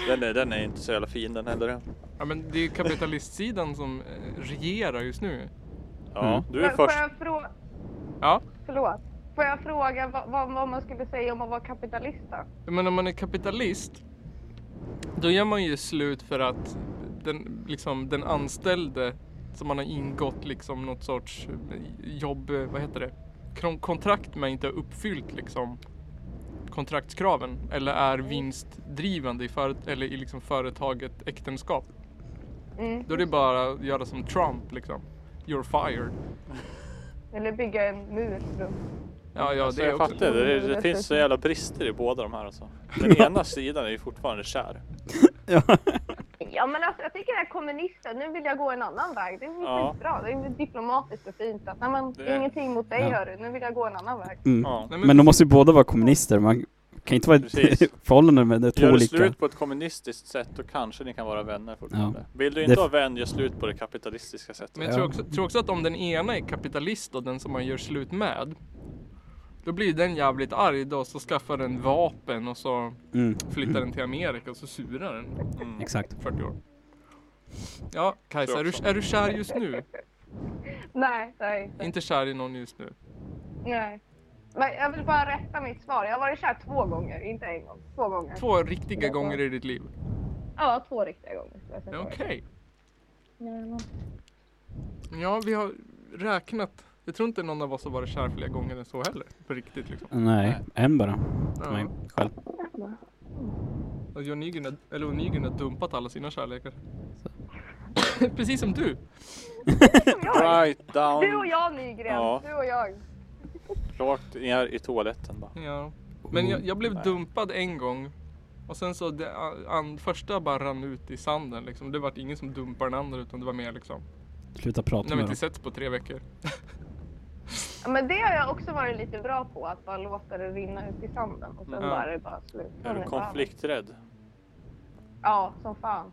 S3: Den är, den är inte så jävla fin den heller.
S2: Ja men det är ju kapitalistsidan som eh, regerar just nu.
S3: Ja,
S1: Mm.
S3: du är
S6: Men får,
S3: först.
S6: jag fråga,
S2: Ja.
S6: förlåt, får jag fråga vad, vad, vad man skulle säga om man var kapitalist då?
S2: Men om man är kapitalist, då gör man ju slut för att den, liksom, den anställde som man har ingått liksom något sorts eh, jobb, eh, vad heter det, Kron- kontrakt med inte har uppfyllt liksom kontraktskraven eller är vinstdrivande i, föret- eller i liksom företaget äktenskap.
S6: Mm.
S2: Då är det bara att göra som Trump liksom. You're fired.
S6: Eller bygga en mur runt.
S2: Ja, ja
S3: Alltså,
S2: det är
S3: jag
S2: också.
S3: fattar det. Det, det finns så jävla brister i båda de här alltså. Den ena sidan är ju fortfarande kär.
S6: Ja men alltså jag tycker det här kommunister, nu vill jag gå en annan väg. Det är väl
S3: Ja.
S6: bra. Det är väl diplomatiskt och fint att nej men
S3: Det är-
S6: ingenting mot dig
S1: Ja.
S6: hörru, nu vill jag gå en annan väg.
S1: Mm.
S3: Ja.
S2: Nej,
S1: Men de måste ju båda vara kommunister, man kan inte vara i
S3: Precis.
S1: ett förhållande med det är två
S3: Gör du
S1: olika.
S3: slut på ett kommunistiskt sätt då kanske ni kan vara vänner fortfarande. Vill du
S1: Det-
S3: inte vara vän, gör slut på det kapitalistiska sättet.
S2: Men jag tror
S1: Ja.
S2: också, tror också att om den ena är kapitalist och den som man gör slut med Då blir den jävligt arg då så skaffar den vapen och så
S1: Mm,
S2: flyttar den till Amerika och så surar den
S3: Mm.
S1: exakt.
S2: 40 år Ja Kajsa, är
S3: Tror
S2: du,
S3: också.
S2: är du kär just nu?
S6: Nej, nej, inte.
S2: Inte kär i någon just nu?
S6: nej. Men jag vill bara rätta mitt svar. Jag har varit kär två gånger, inte en gång. Två gånger.
S2: Två riktiga gånger i ditt liv?
S6: Ja, två riktiga gånger. skulle jag säga.
S2: Okej Ja vi har räknat Jag tror inte någon av oss har varit kär fler gånger än så heller På riktigt liksom
S1: Nej, en bara.
S2: Ja.
S1: Mig själv.
S2: Och John Nygren, har- eller Olle Nygren har dumpat alla sina kärlekar Precis som du!
S6: Jag,
S3: Right down,
S6: du och jag Nygren,
S3: Ja.
S6: du och jag.
S3: rakt ner i toaletten bara.
S2: Ja. Men jag, jag blev
S3: Nej.
S2: dumpad en gång. Och sen så, det, an, första bara rann ut i sanden liksom. Det var ingen som dumpade den andra utan det var mer liksom.
S1: Sluta
S2: Nu har
S1: prata
S2: vi
S1: med
S2: inte
S1: dem.
S2: setts på tre veckor.
S6: Ja, men det har jag också varit lite bra på, att bara låta det rinna ut i sanden och sen
S2: Mm.
S6: bara är det bara slut.
S3: Är du konflikträdd?
S6: Ja, som fan.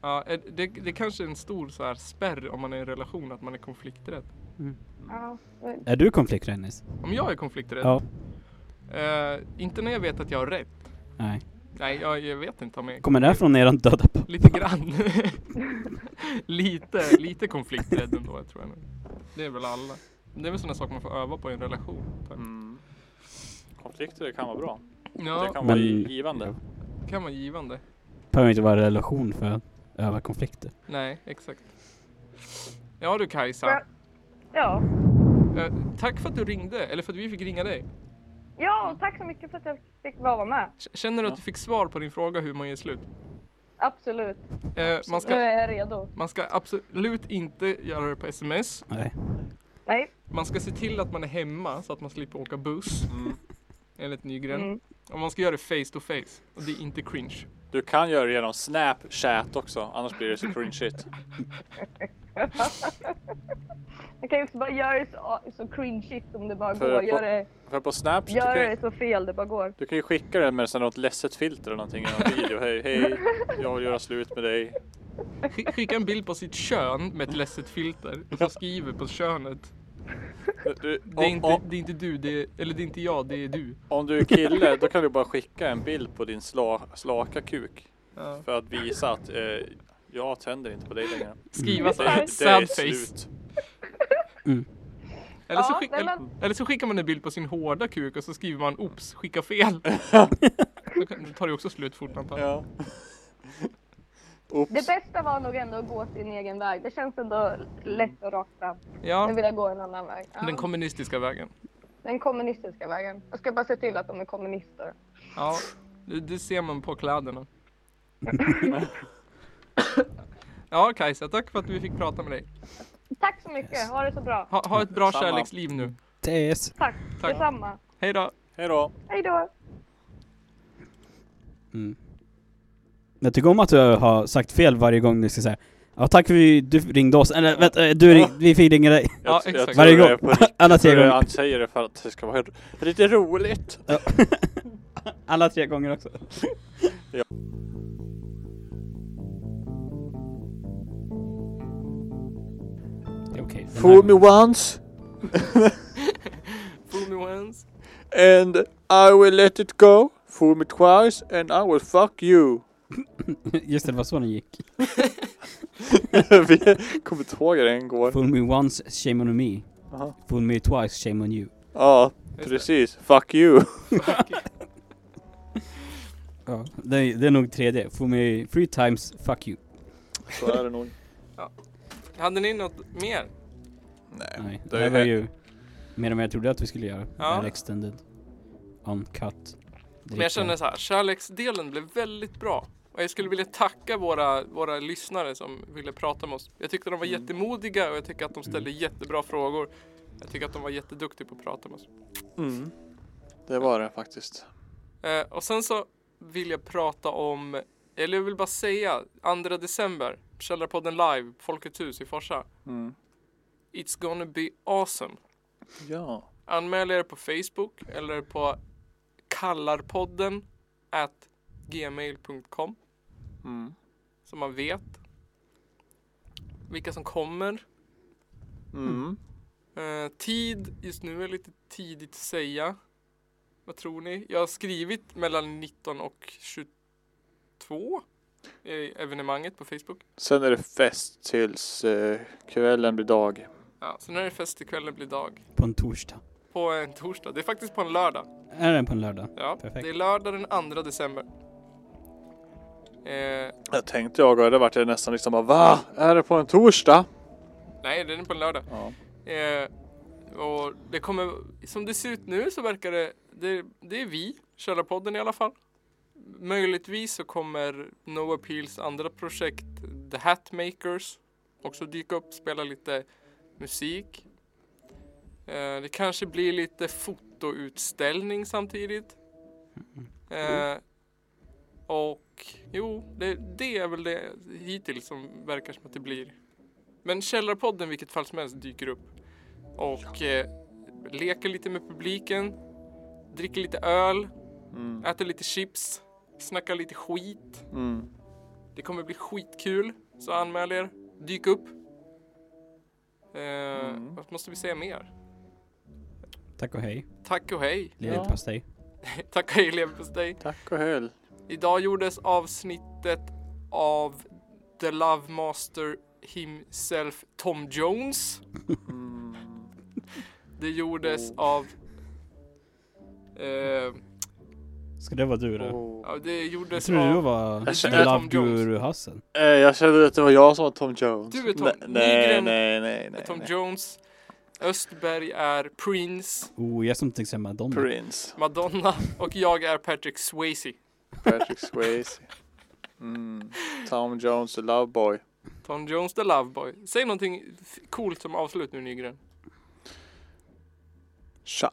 S2: Ja, eh, det, det är kanske är en stor så här spärr om man är i en relation att man är konflikträdd.
S6: Ja.
S3: Mm.
S1: Är du konflikträdd Nils?
S2: Om jag är konflikträdd?
S1: Ja.
S2: Eh, inte när jag vet att jag har rätt.
S1: Nej.
S2: Nej, jag, jag vet inte om jag är
S1: Kommer det här från eran döda pappa?
S2: Lite grann. lite, lite konflikträdd ändå tror jag. nog. Det är väl alla. Det är väl sådana saker man får öva på i en relation. tror jag.
S3: Mm. Konflikter kan vara bra.
S2: Ja,
S3: Det
S1: Men-
S3: kan vara gi- givande.
S2: kan vara givande.
S1: Behöver inte vara i relation för att öva konflikter.
S2: Nej, exakt. Ja du Kajsa.
S6: Ja. Ja.
S2: Eh, tack för att du ringde, eller för att vi fick ringa dig.
S6: ja, och tack så mycket för att jag fick vara med.
S2: K- Känner du att du fick svar på din fråga hur man gör slut?
S6: Absolut.
S2: Eh, man,
S6: Nu
S2: ska,
S6: är jag redo.
S2: man ska absolut inte göra det på sms.
S1: Nej.
S6: Nej.
S2: Man ska se till att man är hemma så att man slipper åka buss.
S3: Mm.
S2: Enligt Nygren.
S6: Mm.
S2: Och man ska göra det face to face. Och det är inte cringe.
S3: Du kan göra det genom Snapchat också, annars blir det så cringe shit.
S6: Man kan ju också bara göra det så, så cringeigt som det bara
S3: För
S6: går.
S3: på-
S6: Gör det,
S3: För på
S2: typ-
S3: Snapchat, du
S6: gör
S3: kan, ju-
S6: det så fel det bara går.
S3: du kan ju skicka det med sån något ledset filter eller någonting i någon video. Hej, hej, jag vill göra slut med dig.
S2: Sk- Skicka en bild på sitt kön med ett ledset filter. Och så skriver på könet.
S3: Du,
S2: Det är
S3: om,
S2: inte,
S3: om,
S2: det är inte du, det är, eller det är inte jag, det är du.
S3: om du är kille, då kan du bara skicka en bild på din sla, slaka kuk.
S2: Ja.
S3: För att visa att eh, jag tänder inte på dig längre.
S2: Skriva så
S3: Det,
S2: här,
S3: det är
S2: sad face.
S3: slut.
S2: Eller så,
S6: Ja,
S2: skick,
S6: nej,
S2: eller,
S6: men-
S2: eller så skickar man en bild på sin hårda kuk och så skriver man ops, skicka fel. då kan- då tar det också slut fort antar jag.
S3: Ja. Oops.
S6: Det bästa var nog ändå att gå sin egen väg. Det känns ändå lätt och rakt fram. Nu
S2: Ja,
S6: vill jag gå en annan väg. Ja.
S2: den kommunistiska vägen.
S6: Den kommunistiska vägen. Jag ska bara se till att de är kommunister.
S2: Ja, det, det ser man på kläderna. ja Kajsa, tack för att vi fick prata med dig.
S6: Tack så mycket. Ha det så bra.
S2: Ha, ha ett bra
S3: Samma.
S2: kärleksliv nu.
S1: TS.
S6: Tack.
S2: Tack.
S6: Detsamma.
S2: Hej då.
S3: Hej då.
S6: Hej då.
S1: Mm. Jag tycker om att du har sagt fel varje gång du ska säga Ja tack för vi, du ringde oss, eller vänta, du ring, vi fick ringa dig
S3: Jag,
S2: Ja,
S3: jag
S2: exakt.
S3: tror
S1: varje
S3: det är på
S1: gång. Alla tre
S3: riktigt.
S1: gånger.
S3: Han säger det för att det ska vara lite roligt.
S1: Ja. Alla tre gånger också. Det är okej. den här
S3: Fool me
S1: gången.
S3: once
S2: Fool me once.
S3: and I will let it go. Fool me twice and I will fuck you.
S1: Just det, det var så den gick.
S3: Vi kommer inte ihåg hur den går.
S1: Fool me once, shame on me.
S3: Aha.
S1: Fool me twice, shame on you.
S3: Ja,
S2: Just det.
S3: precis. Fuck you.
S1: Ja. Det, är- det är nog tredje. Fool me three times, fuck you.
S3: Så är det nog.
S2: Hade ni något mer?
S3: Nej.
S1: Nej,
S3: det
S1: det här
S3: är-
S1: var ju mer än vad jag trodde att vi skulle göra.
S2: Ja.
S1: Ja. Extended. Uncut.
S2: Men jag känner så här, kärleksdelen blev väldigt bra. Och jag skulle vilja tacka våra, våra lyssnare som ville prata med oss. Jag tyckte de var jättemodiga och jag tycker att de ställde jättebra frågor. Jag tycker att de var jätteduktiga på att prata med oss.
S3: Mm. Det var det faktiskt.
S2: Eh, och sen så vill jag prata om, eller jag vill bara säga, 2 december, Källarpodden live, Folkets hus i Forsa.
S3: Mm.
S2: It's gonna be awesome.
S3: Ja.
S2: Anmäl er på Facebook eller på kallarpodden at gmail.com
S3: Mm.
S2: så man vet vilka som kommer.
S3: Mm.
S2: Eh, tid just nu är lite tidigt att säga. Vad tror ni? Jag har skrivit mellan 19 och 22 i evenemanget på Facebook.
S3: Sen är det fest tills eh, kvällen blir dag.
S2: Ja, sen är det fest till kvällen blir dag.
S1: På en torsdag.
S2: På en torsdag. Det är faktiskt på en lördag.
S1: Är den på en lördag?
S2: Ja,
S1: Perfekt.
S2: det är lördag den 2 december. Eh,
S3: Jag tänkte jag och det vart jag nästan liksom bara va? Är det på en torsdag?
S2: nej, den är på en lördag.
S3: Ja.
S2: Eh, och det kommer, som det ser ut nu så verkar det, det, det är vi, Källarpodden i alla fall. Möjligtvis så kommer No Appeals andra projekt, The Hatmakers, också dyka upp, spela lite musik. Eh, det kanske blir lite fotoutställning samtidigt. Eh, och jo, det, det är väl det hittills som verkar som att det blir. Men Källarpodden vilket fall som helst dyker upp. Och eh, leker lite med publiken. Dricker lite öl.
S3: Mm.
S2: Äter lite chips. Snackar lite skit.
S3: Mm.
S2: Det kommer bli skitkul. Så anmäl er. Dyk upp. Eh,
S3: Mm.
S2: Vad måste vi säga mer?
S1: Tack och hej.
S2: Tack och hej.
S1: Leverpastej.
S2: Tack och hej leverpastej.
S3: Tack och höll.
S2: Idag gjordes avsnittet av The Love Master himself Tom Jones.
S3: Mm.
S2: Det gjordes av... Eh,
S1: Ska det vara du då?
S3: Oh.
S2: ja, det
S1: Jag
S2: gjordes
S1: trodde du
S2: typ av...
S1: var
S3: Jag känner-
S1: Love
S2: Tom Jones.
S1: Guru Hassen.
S3: Eh, jag kände att det var jag som var Tom Jones.
S2: Du är Tom
S3: Nej, nej,
S2: Nygren.
S3: nej, nej, nej.
S2: Tom
S3: nej.
S2: Jones. Östberg är Prince.
S1: Oh, jag som tänkte säga Madonna.
S3: Prince.
S2: Madonna. Och jag är Patrick Swayze.
S3: Patrick Swayze. Mm. Tom Jones, the love boy.
S2: Tom Jones the Loveboy. Säg någonting f- coolt som avslut nu Nygren.
S3: Tja.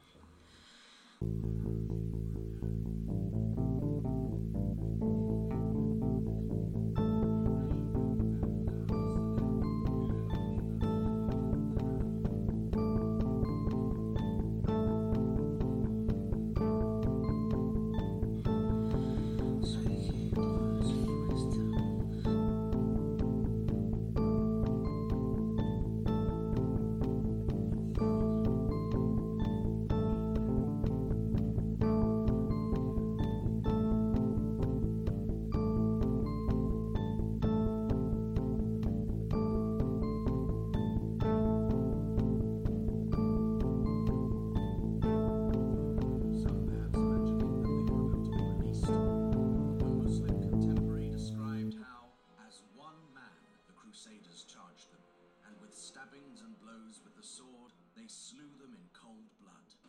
S7: Some maps mentioning that they were built and released. One Muslim contemporary described how, as one man, the Crusaders charged them, and with stabbings and blows with the sword, they slew them in cold blood.